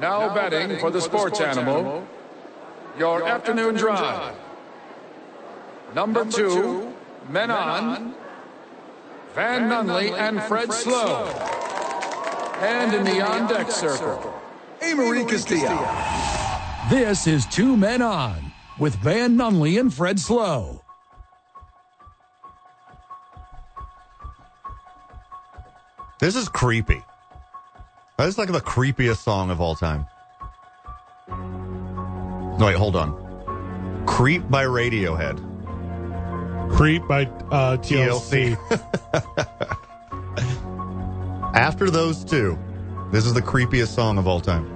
Now, betting, for the sports, animal, your, afternoon, drive. Number, two, men on, Van, Nunley and Fred Slow. And in the on deck circle, Amory Castillo. This is Two Men On with Van Nunley and Fred Slow. This is creepy. That is like the creepiest song of all time. No, wait, hold on. Creep by Radiohead. Creep by uh, TLC. After those two, this is the creepiest song of all time.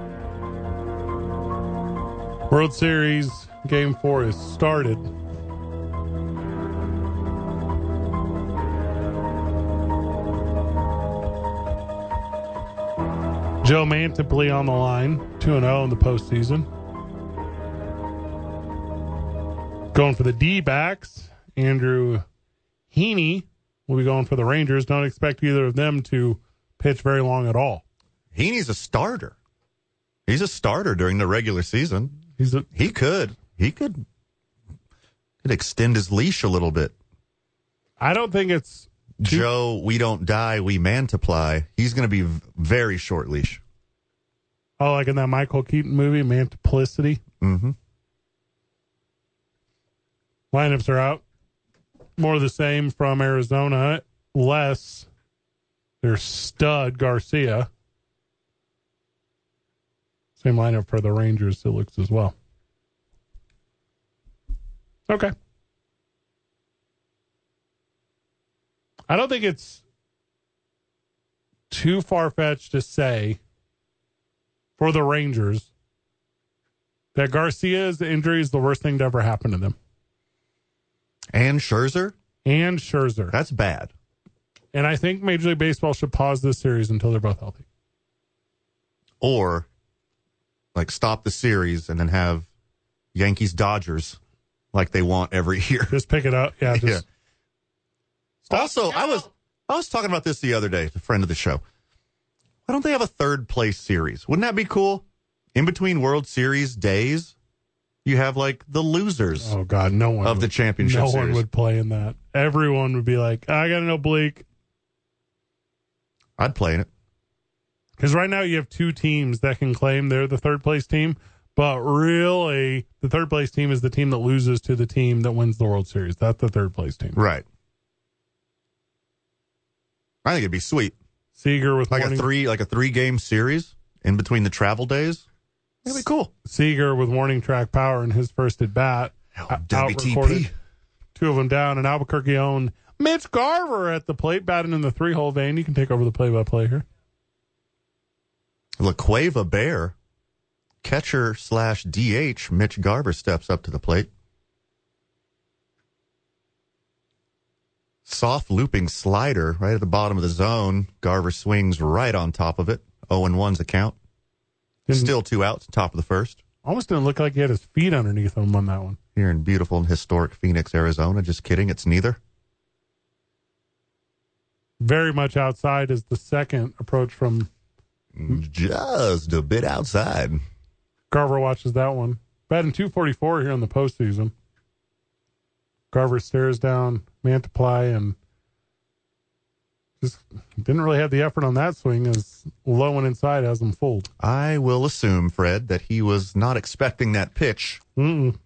World Series Game 4 is started. Joe Mantiply on the line, 2 0 in the postseason. Going for the D backs. Andrew Heaney will be going for the Rangers. Don't expect either of them to pitch very long at all. Heaney's a starter. He's a starter during the regular season. He's a, He could. He could. Could extend his leash a little bit. I don't think it's Joe, we don't die, we multiply. He's going to be v- very short leash. Oh, like in that Michael Keaton movie, Multiplicity. Mhm. Lineups are out. More of the same from Arizona. Less their stud Garcia. Same lineup for the Rangers. It looks as well. Okay. I don't think it's too far fetched to say for the Rangers that Garcia's injury is the worst thing to ever happen to them. And Scherzer, And Scherzer. that's bad. And I think Major League Baseball should pause this series until they're both healthy. Or like stop the series and then have Yankees Dodgers like they want every year. Just pick it up. Yeah. Just, Also, I was I was talking about this the other day, with a friend of the show. Why don't they have a third place series? Wouldn't that be cool? In between World Series days, you have like the losers. Oh, God. No one. Of the would- championship No one series. would play in that. Everyone would be like, I got an oblique. I'd play in it. Because right now you have two teams that can claim they're the third place team. But really, the third place team is the team that loses to the team that wins the World Series. That's the third place team. Right. I think it'd be sweet. Seager with Like one a three like a three game series in between the travel days. That'd be cool. Seager with warning track power in his first at bat. Hell, out-recorded WTP. Two of them down, and Albuquerque owned Mitch Garver at the plate, batting in the three hole vein. You can take over the play by play here. LaQueva Bear, catcher slash DH, Mitch Garver steps up to the plate. Soft looping slider right at the bottom of the zone. Garver swings right on top of it. 0 1's account. Didn't- Still two outs, top of the first. Almost didn't look like he had his feet underneath him on that one. Here in beautiful and historic Phoenix, Arizona. Just kidding, it's neither. Very much outside is the second approach from Just a bit outside. Garver watches that one. Batting 244 here in the postseason. Garver stares down Mantiply and just didn't really have the effort on that swing as low and inside has him fooled. I will assume, Fred, that he was not expecting that pitch. Mm-mm.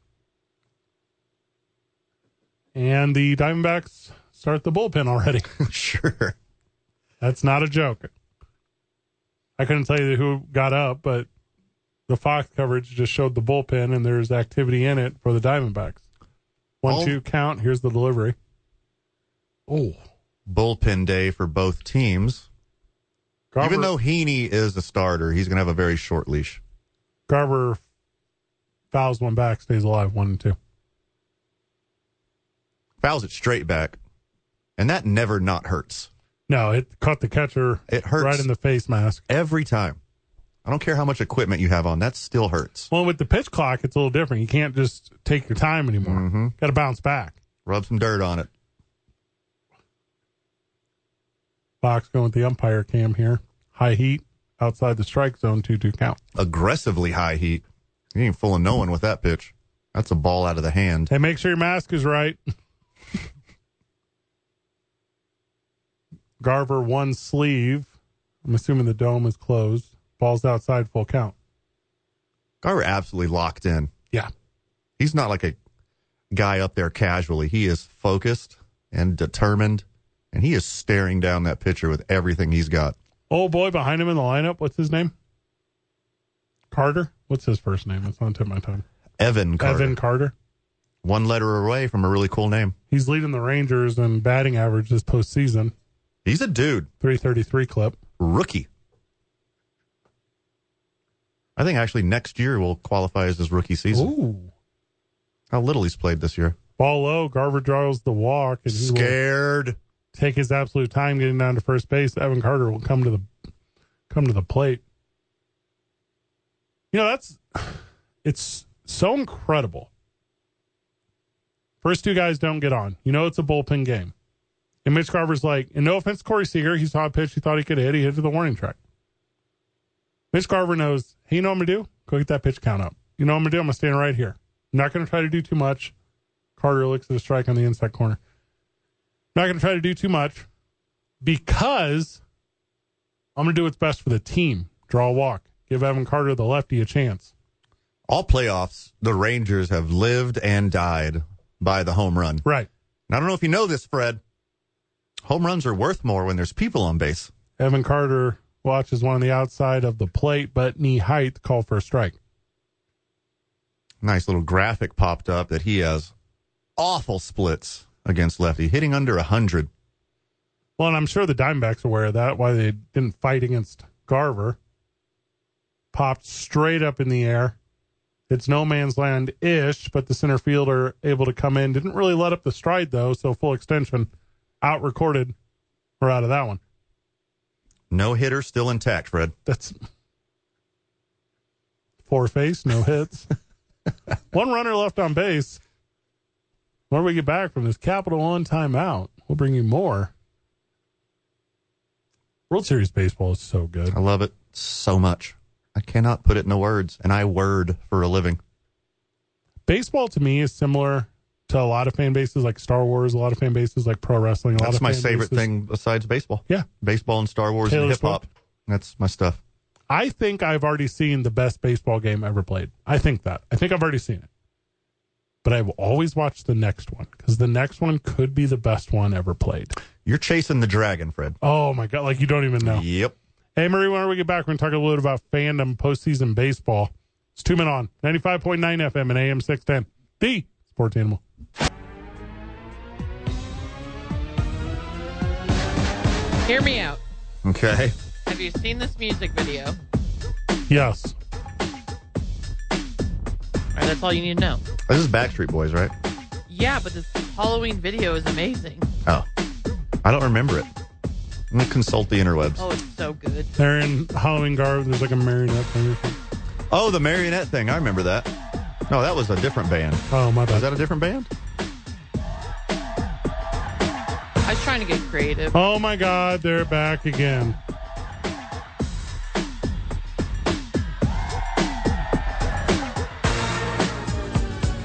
And the Diamondbacks start the bullpen already. sure. That's not a joke. I couldn't tell you who got up, but the Fox coverage just showed the bullpen, and there's activity in it for the Diamondbacks. One, Oh. two count. Here's the delivery. Oh, Bullpen day for both teams. Garver, Even though Heaney is a starter, he's going to have a very short leash. Garver fouls one back, stays alive. One and two. Fouls it straight back, and that never not hurts. No, it caught the catcher It hurts right in the face mask. every time. I don't care how much equipment you have on, that still hurts. Well, with the pitch clock, it's a little different. You can't just take your time anymore. Got to bounce back. Rub some dirt on it. Fox going with the umpire cam here. High heat. outside the strike zone, 2 2 count. Aggressively high heat. He ain't fooling no one with that pitch. That's a ball out of the hand. Hey, make sure your mask is right. Garver one sleeve. I'm assuming the dome is closed. Ball's outside, full count. Garver absolutely locked in. Yeah. He's not like a guy up there casually. He is focused and determined, and he is staring down that pitcher with everything he's got. Old boy behind him in the lineup. What's his name? Carter. What's his first name? It's on the tip of my tongue. Evan Carter. Evan Carter. One letter away from a really cool name. He's leading the Rangers in batting average this postseason. He's a dude. 333 clip. Rookie. I think actually next year will qualify as his rookie season. Ooh. How little he's played this year. Ball low. Garver draws the walk, and he will Scared. take his absolute time getting down to first base. Evan Carter will come to the come to the plate. You know that's it's so incredible. First two guys don't get on. You know it's a bullpen game, and Mitch Garver's like, and no offense, to Corey Seager, he saw a pitch he thought he could hit. He hit to the warning track. Mitch Garver knows. Hey, you know what I'm gonna do? Go get that pitch count up. You know what I'm gonna do? I'm gonna stand right here. I'm not gonna try to do too much. Carter looks at a strike on the inside corner. Not going to try to do too much because I'm going to do what's best for the team. Draw a walk. Give Evan Carter, the lefty, a chance. All playoffs, the Rangers have lived and died by the home run. Right. And I don't know if you know this, Fred. Home runs are worth more when there's people on base. Evan Carter watches one on the outside of the plate, but knee height, call for a strike. Nice little graphic popped up that he has awful splits against lefty, hitting under 100. Well, and I'm sure the Diamondbacks are aware of that, why they didn't fight against Garver. Popped straight up in the air. It's no man's land ish, but the center fielder able to come in. Didn't really let up the stride, though, so full extension out recorded or out of that one. No hitter still intact, Fred. That's four face, no hits. One runner left on base. Whenever we get back from this Capital One timeout, we'll bring you more. World Series baseball is so good. I love it so much. I cannot put it into words, and I word for a living. Baseball to me is similar to a lot of fan bases like Star Wars, a lot of fan bases like pro wrestling. A lot That's of my fan favorite bases. thing besides baseball. Yeah. Baseball and Star Wars and Taylor hip hop. That's my stuff. I think I've already seen the best baseball game ever played. I think that. I think I've already seen it. But I will always watch the next one because the next one could be the best one ever played. You're chasing the dragon, Fred. Oh my God. Like you don't even know. Yep. Hey, Marie, whenever we get back, we're going to talk a little bit about fandom postseason baseball. It's two men on 95.9 FM and AM 610. The sports animal. Hear me out. Okay. Have you seen this music video? All Yes. right, that's all you need to know. This is Backstreet Boys, right? Yeah, but this Halloween video is amazing. Oh. I don't remember it. I'm going to consult the interwebs. Oh, it's so good. They're in Halloween garb. There's like a marionette thing. or something. Oh, the marionette thing. I remember that. No, that was a different band. Oh, my Is bad. that a different band? I was trying to get creative. oh my God. They're back again.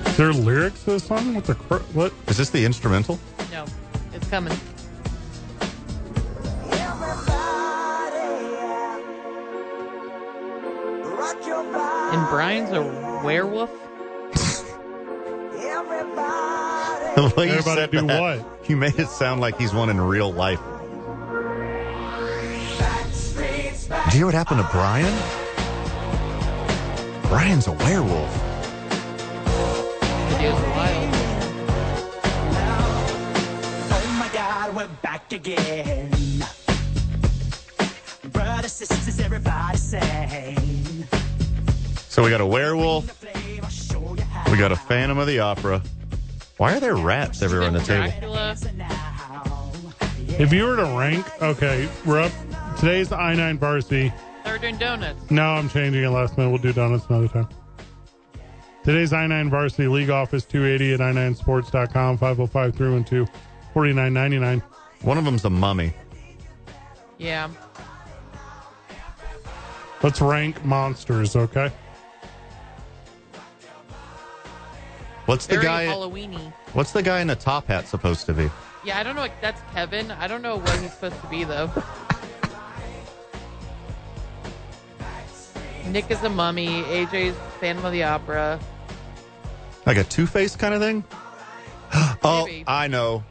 Is there lyrics to this song? What the cr- what? Is this the instrumental? No, it's coming. And Brian's a werewolf. The way you Everybody said do that, what? You made it sound like he's one in real life. Do you hear what happened to Brian? Brian's a werewolf. The Video's wild. Oh my god, we're back again. Brothers, sisters, everybody sing. So we got a werewolf. Flame, I'll show you how. We got a Phantom of the Opera. Why are there rats everywhere on the table? Dracula. Now. If you were to rank, okay, we're up. Today's I 9 varsity. They're doing donuts. No, I'm changing it last minute. We'll do donuts another time. Today's I 9 Varsity League Office 280 at i9sports.com 505 312 4999. One of them's a mummy. Yeah. Let's rank monsters, okay? What's the Very guy? Halloweeny. What's the guy in a top hat supposed to be? Yeah, I don't know. What, that's Kevin. I don't know what he's supposed to be though. Nick is a mummy. AJ's Phantom of the Opera. Like a Two Face kind of thing? oh, Maybe. I know.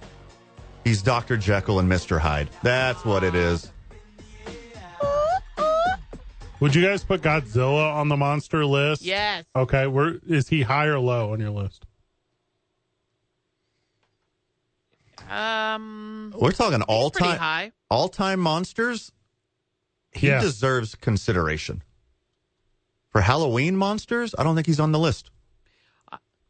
He's Dr. Jekyll and Mr. Hyde. That's what it is. Would you guys put Godzilla on the monster list? Yes. Okay, where is he high or low on your list? Um. We're talking all Pretty time high. all time monsters. He Yeah. deserves consideration. For Halloween monsters, I don't think he's on the list.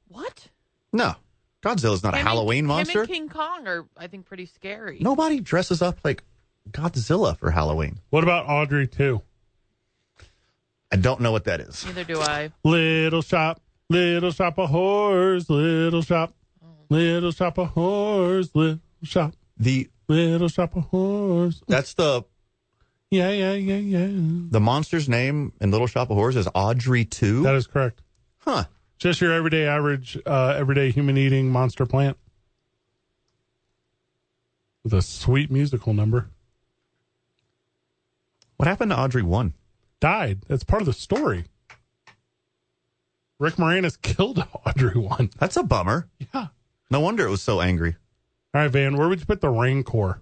What? No. Godzilla's not Him a and- Halloween Him monster. and King Kong are, I think, pretty scary. Nobody dresses up like Godzilla for Halloween. What about Audrey too? I don't know what that is. Neither do I. Little shop, little shop of horrors, little shop, little shop of horrors, little shop, The little shop of horrors. that's the Yeah, yeah, yeah, yeah. the monster's name in Little Shop of Horrors is Audrey 2. That is correct. huh. Just your everyday average, uh, everyday human eating monster plant with a sweet musical number. What happened to Audrey 1? Died. That's part of the story. Rick Moranis killed Audrey one. That's a bummer. Yeah. All No wonder it was so angry. right, Van. Where would you put the Rancor?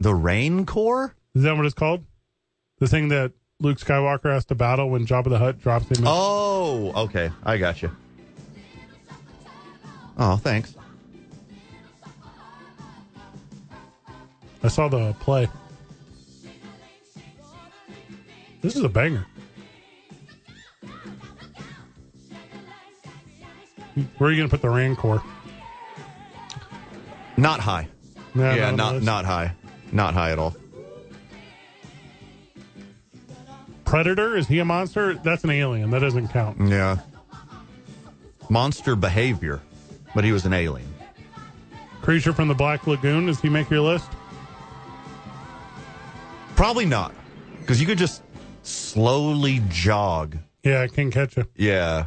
The Rain Corps? Is that what it's called? The thing that Luke Skywalker has to battle when Jabba the Hutt drops him. in- Oh, okay. I got you. Oh, thanks. I saw the play. This is a banger. Where are you going to put the Rancor? Not high. No, yeah, no, no, not that's- not high. Not high at all. Predator. Is he a monster? That's an alien. That doesn't count. Yeah. Monster behavior, but he was an alien. Creature from the Black Lagoon. Does he make your list? Probably not, because you could just slowly jog. Yeah, I can catch you. Yeah.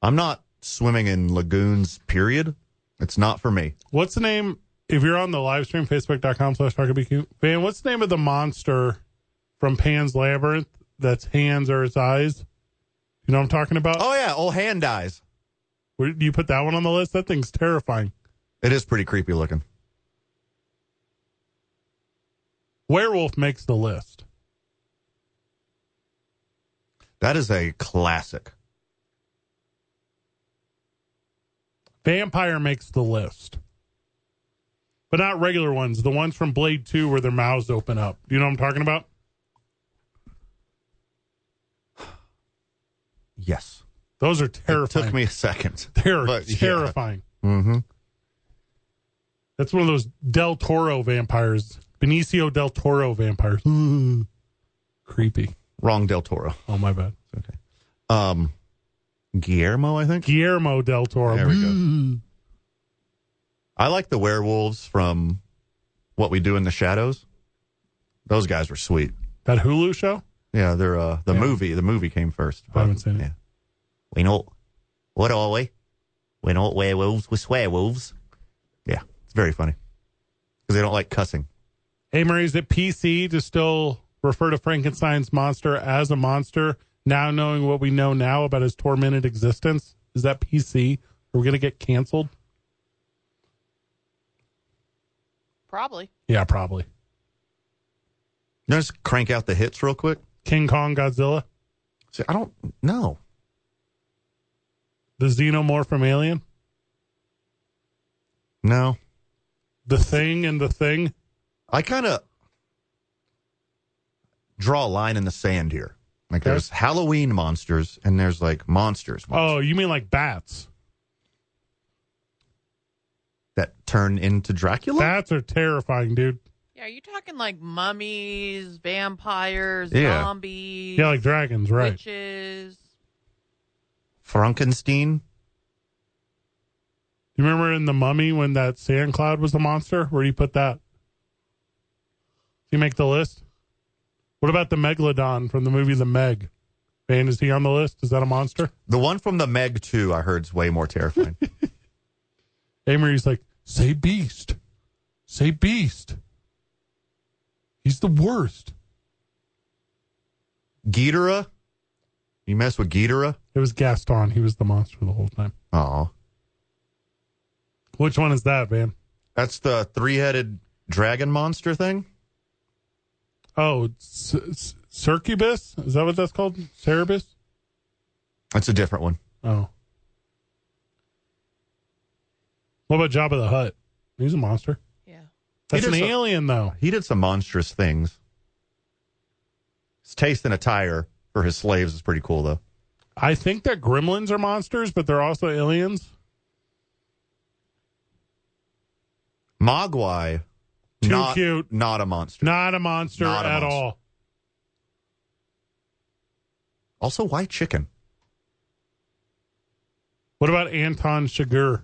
I'm not swimming in lagoons. Period. It's not for me. What's the name? If you're on the live stream, facebook.com slash Talk to Be Cute. Van, what's the name of the monster from Pan's Labyrinth that's hands or its eyes? You know what I'm talking about? Oh yeah, old hand dies. Where- Do you put that one on the list? That thing's terrifying. It is pretty creepy looking. Werewolf makes the list. That is a classic. Vampire makes the list. But not regular ones. The ones from Blade 2 where their mouths open up. Do you know what I'm talking about? Yes. Those are It terrifying. took me a second. They're but yeah. terrifying. Mm-hmm. That's one of those Del Toro vampires. Benicio Del Toro vampires. Ooh. Creepy. Wrong Del Toro. Oh, my bad. Um, Guillermo, I think. Guillermo Del Toro. There we go. Ooh. I like the werewolves from What We Do in the Shadows. Those guys were sweet. That Hulu show? Yeah, they're uh, the Yeah. movie. The movie came first. I haven't seen it. We know what are we? We're not werewolves. We're swear wolves. Yeah, it's very funny because they don't like cussing. Hey, Murray, is it PC to still refer to Frankenstein's monster as a monster, now knowing what we know now about his tormented existence? Is that PC? Are we going to get canceled? Probably. Yeah, probably. You know, just crank out the hits real quick. King Kong, Godzilla, See, I don't know. the xenomorph from Alien, No, the thing and the thing. I kind of draw a line in the sand here. Like Okay. there's Halloween monsters and there's like monsters, Oh, you mean like bats? that turn into Dracula. Bats are terrifying, dude. Yeah, are you talking like mummies, vampires, Yeah. zombies, Yeah, like dragons, right? witches? Frankenstein. You remember in The Mummy when that sand cloud was the monster? Where do you put that? Do you make the list? What about the Megalodon from the movie The Meg? Man, is he on the list? Is that a monster? The one from the Meg 2, I heard, is way more terrifying. Amory's like, say beast. Say beast. He's the worst. Ghidorah? You mess with Ghidorah? It was Gaston. He was the monster the whole time. Oh, Which one is that, man? that's the three headed dragon monster thing? Oh, C- C- Circubus? Is that what that's called? Cerebus? That's a different one. Oh. What about Jabba the Hutt? He's a monster. Yeah. That's He an does a- alien, though. He did some monstrous things. His taste in attire for his slaves is pretty cool, though. I think that gremlins are monsters, but they're also aliens. Mogwai. Too not, cute. Not a monster. Not a monster Not a at monster. all. Also, why chicken? What about Anton Chigurh?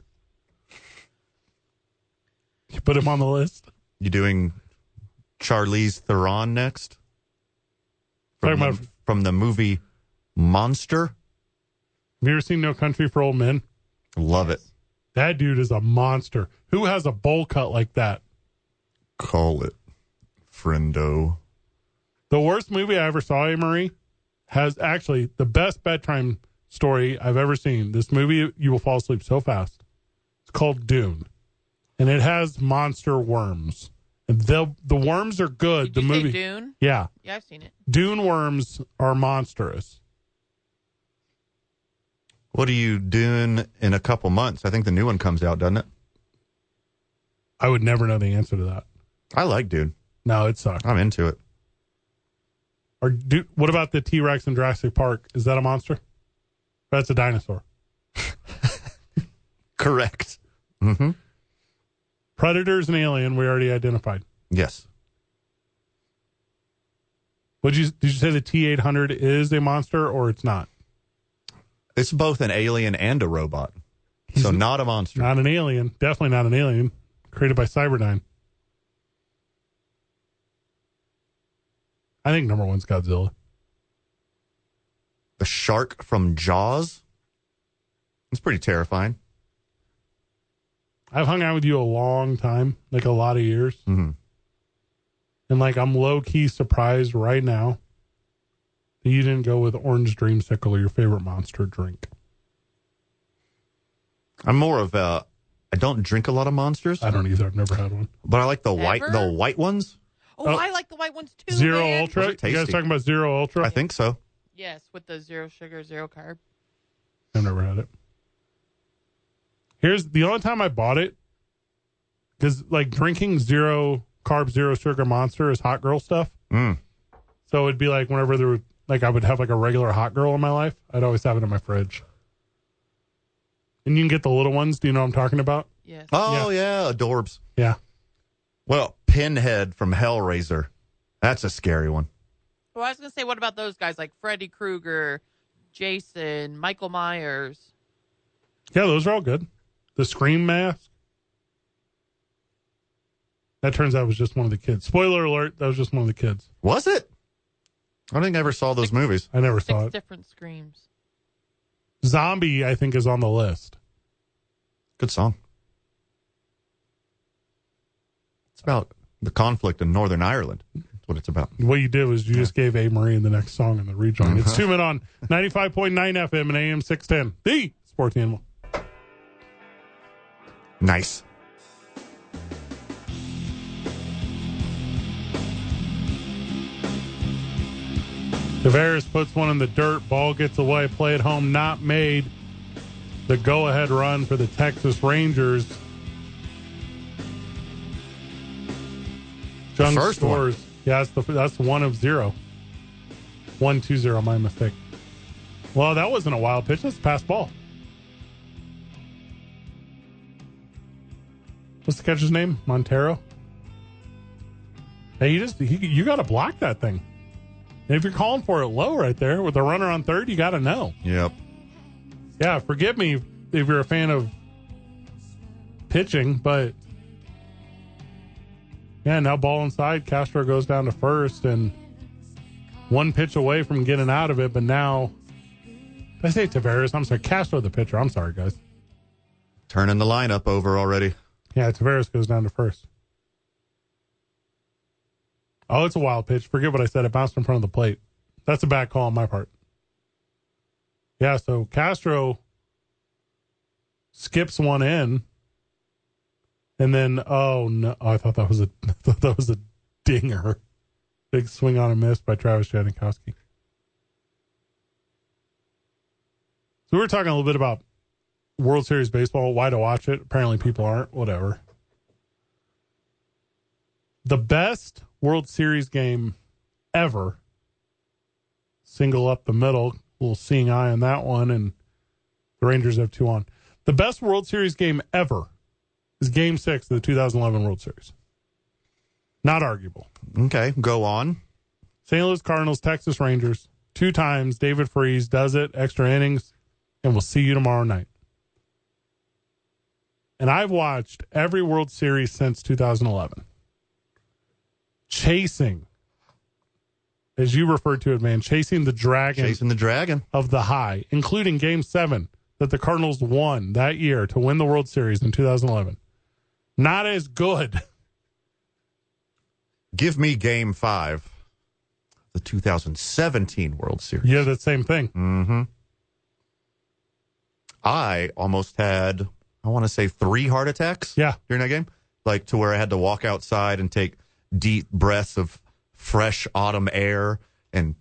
You put him on the list. You doing Charlize Theron next? From, Talking the, about- from the movie Monster? Have you ever seen No Country for Old Men? Love it. That dude is a monster. Who has a bowl cut like that? Call it, friendo. The worst movie I ever saw, Marie, has actually the best bedtime story I've ever seen. This movie, you will fall asleep so fast. It's called Dune, and it has monster worms. And the the worms are good. Did Uh, the you movie, say Dune? yeah, Yeah, I've seen it. Dune worms are monstrous. What are you doing in a couple months? I think the new one comes out, doesn't it? I would never know the answer to that. I like Dune. No, it sucks. I'm into it. Or do, what about the T Rex in Jurassic Park? Is that a monster? That's a dinosaur. Correct. Mm-hmm. Predators and alien we already identified. Yes. Would you did you say the T eight hundred is a monster or it's not? It's both an alien and a robot. So not a monster. Not an alien. Definitely not an alien. Created by Cyberdyne. I think number one's Godzilla. the shark from Jaws. It's pretty terrifying. I've hung out with you a long time, like a lot of years. Mhm. And like I'm low key surprised right now that you didn't go with Orange Dreamsicle or your favorite monster drink. I'm more of a. I don't drink a lot of monsters, I don't either. I've never had one. but I like the white Ever? the white ones. Oh, Oh. I like the white ones too. Zero man. Ultra. Those are You guys tasty. talking about Zero Ultra? I think so. Yes, with the zero sugar, zero carb. I've never had it. Here's the only time I bought it because like drinking zero carb, zero sugar monster is hot girl stuff. Mm. So it'd be like whenever there were like I would have like a regular hot girl in my life, I'd always have it in my fridge. And you can get the little ones. Do you know what I'm talking about? Yes. Oh yeah. adorbs. Yeah. Well, Pinhead from Hellraiser. That's a scary one. Well, I was gonna say, what about those guys like Freddy Krueger, Jason, Michael Myers? Yeah, those are all good. The scream mask. That turns out was just one of the kids. Spoiler alert, that was just one of the kids. Was it? I don't think I ever saw those movies. I never Six saw it. different screams. Zombie, I think, is on the list. Good song. It's about the conflict in Northern Ireland. That's what it's about. What you did was you just gave A. Marie the next song in the rejoin. It's two men on 95.9 FM and AM 610. The Sports Animal. Nice. Tavares puts one in the dirt. Ball gets away. Play at home not made. The go ahead run for the Texas Rangers. Jung first one. scores. Yeah, that's, the, that's one of zero. One, two, zero. My mistake. Well, that wasn't a wild pitch. That's a pass ball. What's the catcher's name? Montero. Hey, you just he, you got to block that thing. And if you're calling for it low right there with a runner on third, you got to know. Yep. Yeah, forgive me if you're a fan of pitching, but yeah, now ball inside. Castro goes down to first, and one pitch away from getting out of it, but now did I say Tavares. I'm sorry, Castro the pitcher. I'm sorry, guys. Turning the lineup over already. Yeah, Tavares goes down to first. Oh, it's a wild pitch. Forget what I said. It bounced in front of the plate. That's a bad call on my part. Yeah, so Castro skips one in, and then oh no, I thought that was a I thought that was a dinger, big swing on a miss by Travis Janikowski. So we were talking a little bit about World Series baseball, why to watch it. Apparently, people aren't. Whatever. The best World Series game ever. Single up the middle, little seeing eye on that one, and the Rangers have two on. The best World Series game ever is Game Six of the 2011 World Series. Not arguable. Okay, go on. St. Louis Cardinals, Texas Rangers. Two times David Freeze does it, extra innings, and we'll see you tomorrow night. And I've watched every World Series since 2011. Chasing, as you referred to it, man, chasing the dragon Chasing the dragon. of the high, including Game 7 that the Cardinals won that year to win the World Series in 2011. Not as good. Give me game five. The 2017 World Series. Yeah, that same thing. Mm-hmm. I almost had, I want to say, three heart attacks. Yeah. During that game, like to where I had to walk outside and take deep breaths of fresh autumn air and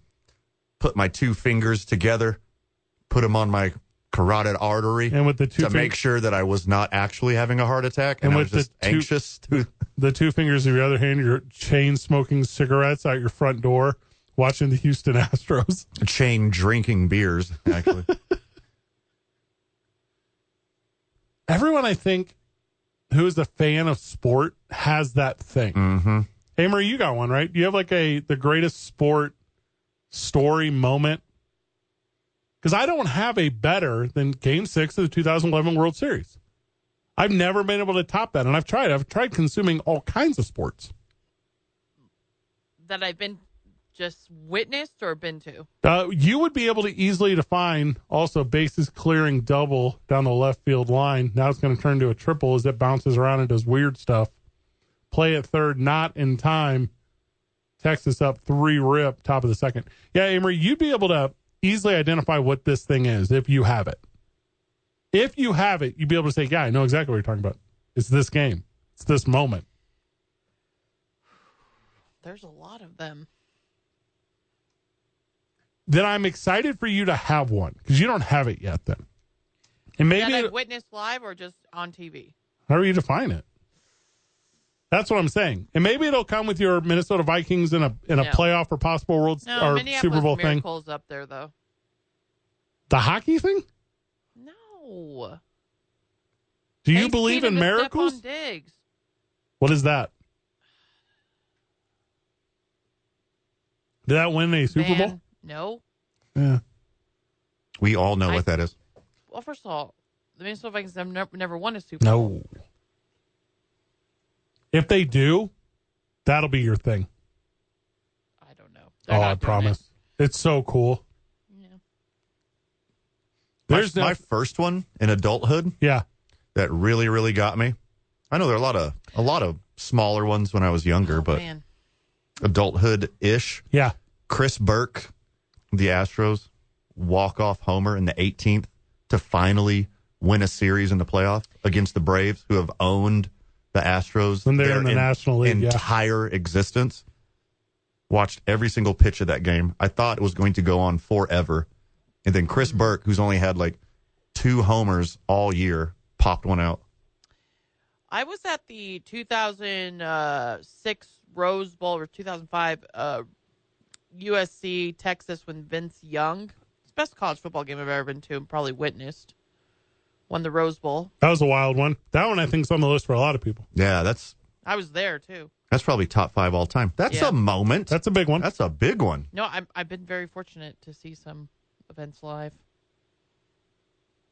put my two fingers together, put them on my carotid artery And with the two to make sure that I was not actually having a heart attack and, And I was with just the two- anxious to. the two fingers of your other hand, you're chain smoking cigarettes out your front door, watching the Houston Astros. chain drinking beers, actually. Everyone, I think, who is a fan of sport has that thing. mm-hmm. Hey, Marie, you got one, right? You have like a the greatest sport story moment. Because I don't have a better than Game Six of the 2011 World Series. I've never been able to top that, and I've tried. I've tried consuming all kinds of sports. that I've been just witnessed or been to. Uh, you would be able to easily define also bases clearing double down the left field line. Now it's going to turn to a triple as it bounces around and does weird stuff. Play at third, not in time. Texas up three rip, top of the second. Yeah, Amory, you'd be able to easily identify what this thing is if you have it. If you have it, you'd be able to say, Yeah, I know exactly what you're talking about. It's this game, it's this moment. There's a lot of them. Then I'm excited for you to have one because you don't have it yet, then. And maybe that it- I've witnessed live or just on TV. How do you define it? That's what I'm saying. And maybe it'll come with your Minnesota Vikings in a in a No. playoff or possible World No, or Minneapolis Super Bowl thing. Miracle's up there though. The hockey thing? No. Do you They believe cheated in with Stephon miracles? Diggs. What is that? Did that win a Super Man, Bowl? No. Yeah. We all know I- what that is. Well, first of all, the Minnesota Vikings have never, never won a Super Bowl. No. If they do, that'll be your thing. I don't know. They're oh, not I doing promise. It's so cool. it. No. My- There's my, no- first one in adulthood Yeah. that really really got me. I know there are a lot of a lot of smaller ones when I was younger, Oh, but man. adulthood ish. Yeah. Chris Burke, the Astros walk off homer in the 18th to finally win a series in the playoff against the Braves, who have owned the Astros When they're their in the National League, yeah. entire existence. Watched every single pitch of that game. I thought it was going to go on forever, and then Chris Burke, who's only had like two homers all year, popped one out. I was at the 2006 Rose Bowl or 2005 uh, USC Texas when Vince Young, it's the best college football game I've ever been to and probably witnessed, won the Rose Bowl. That was a wild one. That one I think's on the list for a lot of people. Yeah, that's I was there too. that's probably top five all time. That's Yeah. a moment. That's a big one. That's a big one. No, I'm, I've been very fortunate to see some events live.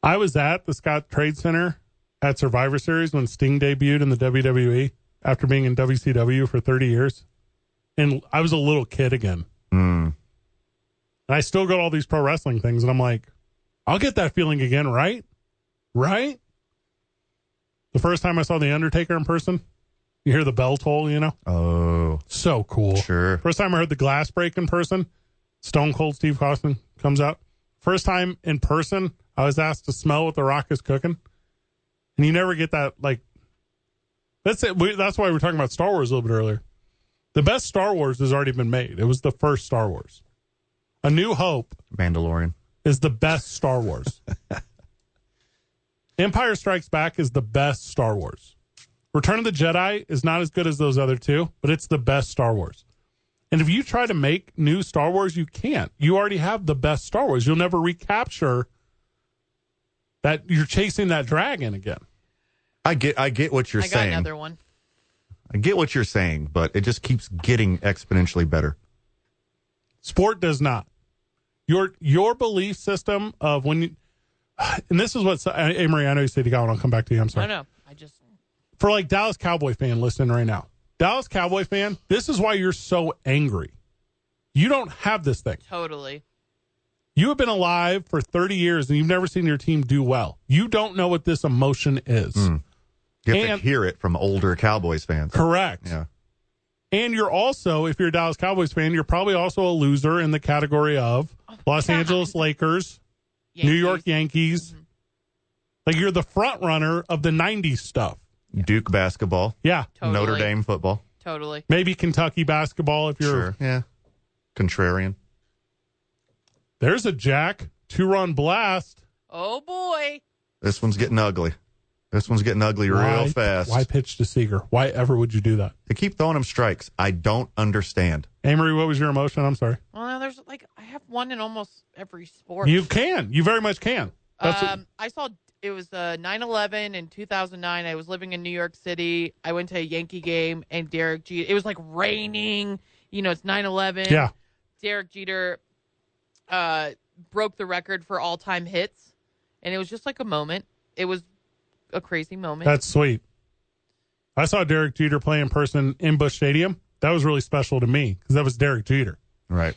I was at the Scott Trade Center at Survivor Series when Sting debuted in the WWE after being in WCW for 30 years. And I was a little kid again. Mm. And I still go to all these pro wrestling things, and I'm like, I'll get that feeling again, right? Right? The first time I saw The Undertaker in person, you hear the bell toll, you know? Oh, So cool. sure. First time I heard the glass break in person, Stone Cold Steve Austin comes out. First time in person, I was asked to smell what The Rock is cooking, and you never get that. Like that's it. We, that's why we we're talking about Star Wars a little bit earlier. The best Star Wars has already been made. It was the first Star Wars. A New Hope Mandalorian. is the best Star Wars. Empire Strikes Back is the best Star Wars. Return of the Jedi is not as good as those other two, but it's the best Star Wars. And if you try to make new Star Wars, you can't. You already have the best Star Wars. You'll never recapture that. You're chasing that dragon again. I get I get what you're I got saying. another one. I get what you're saying, but it just keeps getting exponentially better. Sport does not. Your your belief system of when you, and this is what Amory. I know you said you got one. I'll come back to you. I'm sorry. I know. I just for like Dallas Cowboy fan listening right now, Dallas Cowboy fan, this is why you're so angry. You don't have this thing. totally. You have been alive for 30 years and you've never seen your team do well. You don't know what this emotion is. Mm. You have And- to hear it from older Cowboys fans. Correct. Yeah. And you're also, if you're a Dallas Cowboys fan, you're probably also a loser in the category of Los Oh, God. Angeles Lakers, New York Yankees. Mm-hmm. Yankees. Like you're the front runner of the 90s stuff. Duke basketball, Yeah. Totally. Notre Dame football. Totally. Maybe Kentucky basketball if you're Sure. Yeah. Contrarian. There's a jack, two run blast. Oh boy. This one's getting ugly. This one's getting ugly Why- real fast. Why pitch to Seager? Why ever would you do that? They keep throwing him strikes. I don't understand. Amory, what was your emotion? I'm sorry. Well, now there's like I have one in almost every sport. You can. You very much can. That's what- um, I saw it was uh, 9/11 in 2009. I was living in New York City. I went to a Yankee game, and Derek Jeter. It was like raining. You know, it's 9/11. yeah. Derek Jeter uh, broke the record for all-time hits, and it was just like a moment. It was a crazy moment. That's sweet. I saw Derek Jeter play in person in Bush Stadium. That was really special to me because that was Derek Jeter. Right.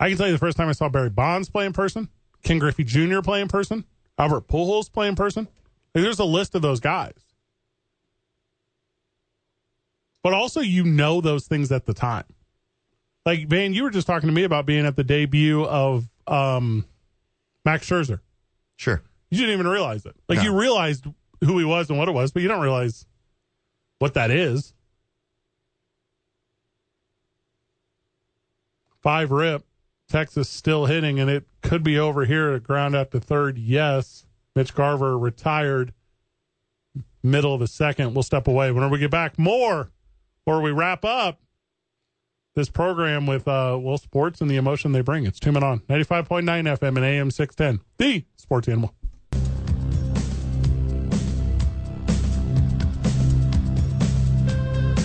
I can tell you the first time I saw Barry Bonds play in person, Ken Griffey Jr. play in person, Albert Pujols play in person. Like, there's a list of those guys. But also, you know those things at the time. Like, Van, you were just talking to me about being at the debut of um, Max Scherzer. Sure. You didn't even realize it. Like, No. you realized who he was and what it was, but you don't realize what that is. Five rip. Texas still hitting, and it could be over here at ground out to third. Yes. Mitch Garver retired. Middle of the second. We'll step away. Whenever we get back, more or we wrap up this program with uh well sports and the emotion they bring. It's two men on 95.9 FM and AM 610. The sports animal.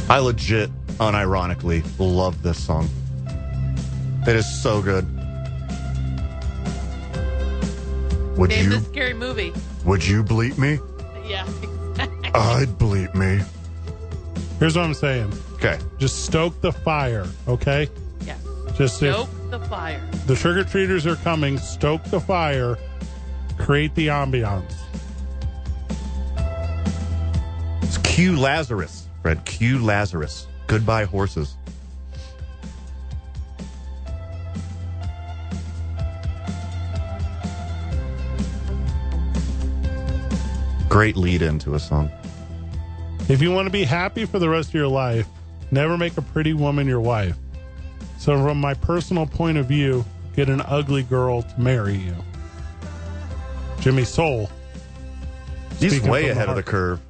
I legit, unironically, love this song. It is so good. Would Name you this scary movie. would you bleep me? Yeah. I'd bleep me. Here's what I'm saying. Okay. Just stoke the fire, okay? yeah. Just if Stoke the fire. the trigger treaters are coming, stoke the fire, create the ambiance. It's Q Lazarus. Fred Q Lazarus. Goodbye horses. Great lead into a song. If you want to be happy for the rest of your life, never make a pretty woman your wife. So, from my personal point of view, get an ugly girl to marry you. Jimmy Soul. He's Speaking from way the ahead of the heart. curve.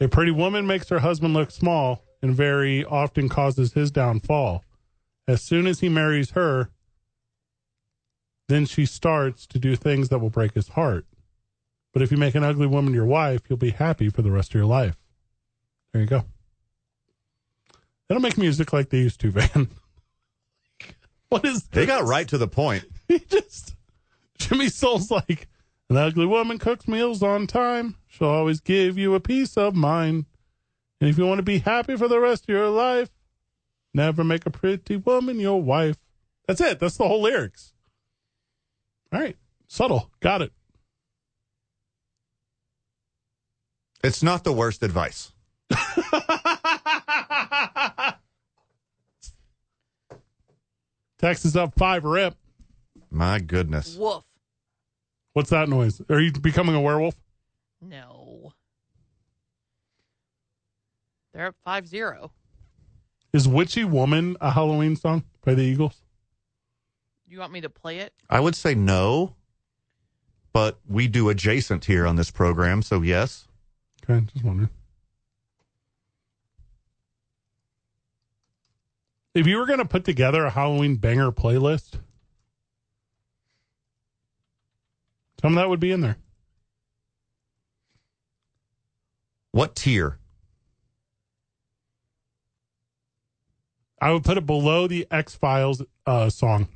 A pretty woman makes her husband look small and very often causes his downfall. As soon as he marries her, then she starts to do things that will break his heart. But if you make an ugly woman your wife, you'll be happy for the rest of your life. There you go. They don't make music like they used to, Van. what is They got right to the point. he just Jimmy Soul's like an ugly woman cooks meals on time. She'll always give you a piece of mind. And if you want to be happy for the rest of your life, Never make a pretty woman your wife. That's it. That's the whole lyrics. All right. Subtle. Got it. It's not the worst advice. Texas up five rip. My goodness. Woof. What's that noise? Are you becoming a werewolf? No. They're up 5 0. Is Witchy Woman a Halloween song by the Eagles? You want me to play it? I would say no, but we do adjacent here on this program, so yes. Okay, just wondering. If you were going to put together a Halloween banger playlist, some of that would be in there. What tier? I would put it below the X Files uh, song.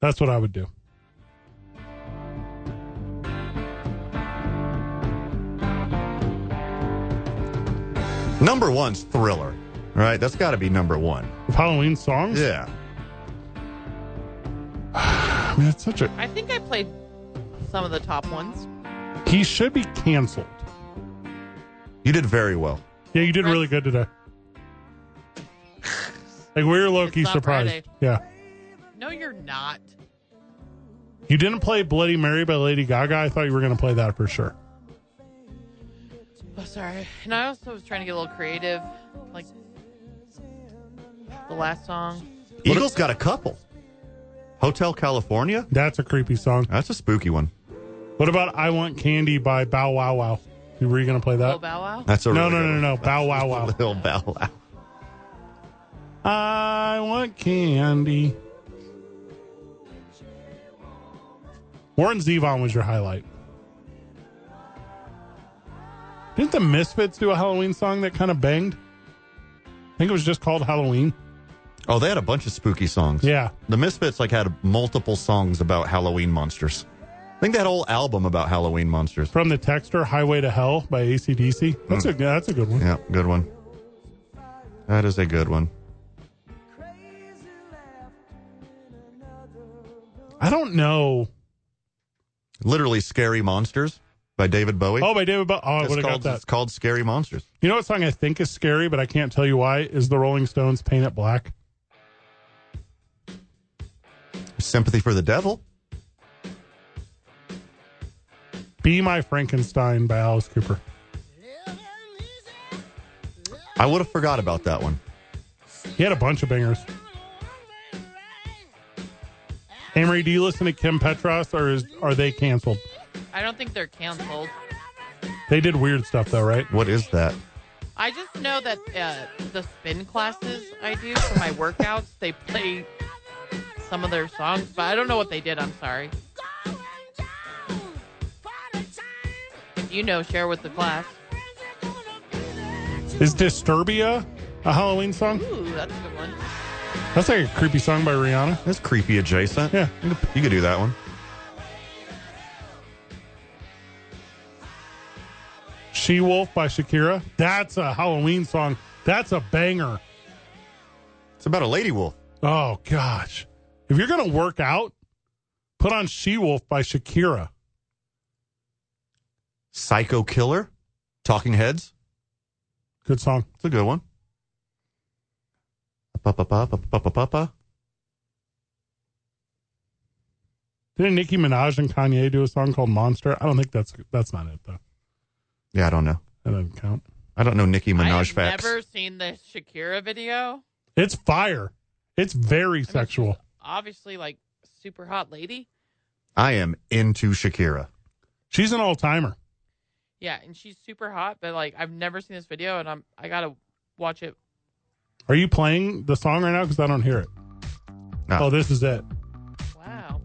That's what I would do. Number one's Thriller, right? That's got to be number one. Of Halloween songs? Yeah. I mean, it's such a. I think I played some of the top ones. He should be canceled. You did very well. Yeah, you did really good today. Like, we were low key not surprised. Friday. Yeah. No, you're not. You didn't play Bloody Mary by Lady Gaga. I thought you were going to play that for sure. Oh, sorry. And I also was trying to get a little creative. Like, the last song. Eagles got a couple. Hotel California? That's a creepy song. That's a spooky one. What about I Want Candy by Bow Wow Wow? You- Were you going to play Oh, that? Bow Wow. That's a really No, no, good no, no. one. Bow Wow Wow. Little Bow Wow. I want candy. Warren Zevon was your highlight. Didn't the Misfits do a Halloween song that kind of banged? I think it was just called Halloween. Oh, they had a bunch of spooky songs. Yeah. The Misfits like had multiple songs about Halloween monsters. I think that whole album about Halloween monsters. From the Texter Highway to Hell by ACDC. That's a that's a good one. Yeah, good one. That is a good one. I don't know. Literally Scary Monsters by David Bowie. Oh, by David Bowie. Oh, I it's would have called, got that. it's called Scary Monsters. You know what song I think is scary, but I can't tell you why, is the Rolling Stones Paint It Black. Sympathy for the Devil. Be My Frankenstein by Alice Cooper. I would have forgot about that one. He had a bunch of bangers. Amory, do you listen to Kim Petras or is, are they canceled? I don't think they're canceled. They did weird stuff though, right? What is that? I just know that uh, the spin classes I do for my workouts, they play some of their songs, but I don't know what they did. I'm sorry. If you know, share with the class. Is Disturbia a Halloween song? Ooh, that's a good one. That's like a creepy song by Rihanna. That's creepy adjacent. Yeah. You could- you could do that one. She Wolf by Shakira. That's a Halloween song. That's a banger. It's about a lady wolf. Oh gosh. If you're gonna work out, put on She Wolf by Shakira. Psycho Killer. Talking Heads. Good song. It's a good one. Ba-ba-ba-ba-ba-ba-ba. Didn't Nicki Minaj and Kanye do a song called Monster? I don't think that's that's not it though. Yeah, I don't know. That doesn't count. I don't know Nicki I Minaj have facts. never seen the Shakira video. It's fire. It's very sexual. Obviously, like super hot lady. I am into Shakira. She's an all timer. Yeah, and she's super hot, but like I've never seen this video, and I'm I gotta watch it. Are you playing the song right now? Because I don't hear it. No. Oh, this is it. Wow.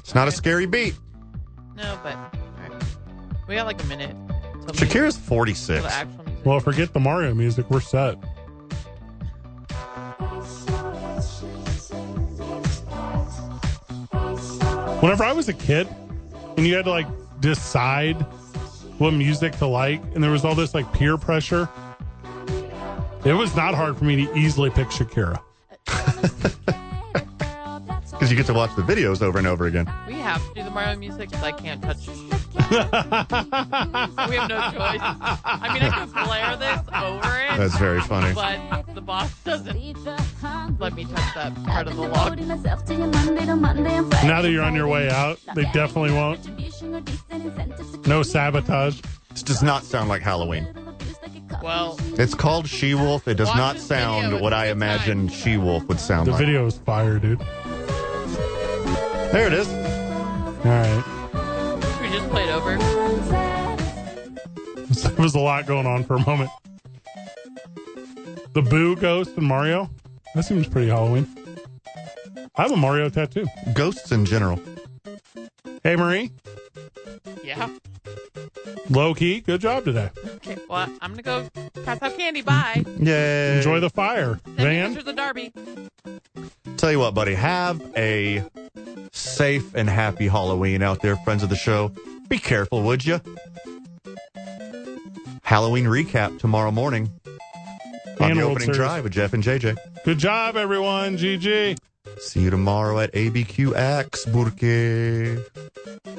It's not a scary beat. No, but all right. we got like a minute. till Shakira's music- till 46. the actual music. Well, forget the Mario music. We're set. Whenever I was a kid, and you had to like decide what music to like, and there was all this like peer pressure. It was not hard for me to easily pick Shakira. because you get to watch the videos over and over again. We have to do the Mario music because I can't touch. that. we have no choice. I mean, I can flare this over it. That's very funny. But the boss doesn't let me touch that part Part of the log. Now that you're on your way out, they definitely won't. No sabotage. This does not sound like Halloween. Well, It's called She Wolf. It does Watch not this video. sound It's what a I good imagine time. She Wolf would sound The like. video is fire, dude. There it is. All right. should we just play it over? There was a lot going on for a moment. The Boo Ghost and Mario. That seems pretty Halloween. I have a Mario tattoo. Ghosts in general. Hey, Marie. Yeah. Low key. Good job today. Okay. Well, I'm gonna go pass out candy. Bye. Yay. Enjoy the fire, Send me Van. pictures of Darby. Tell you what, buddy, have a safe and happy Halloween out there, friends of the show. Be careful, would you? Halloween recap tomorrow morning on And the World opening Series. drive with Jeff and JJ. Good job, everyone. GG. See you tomorrow at ABQX, Burke.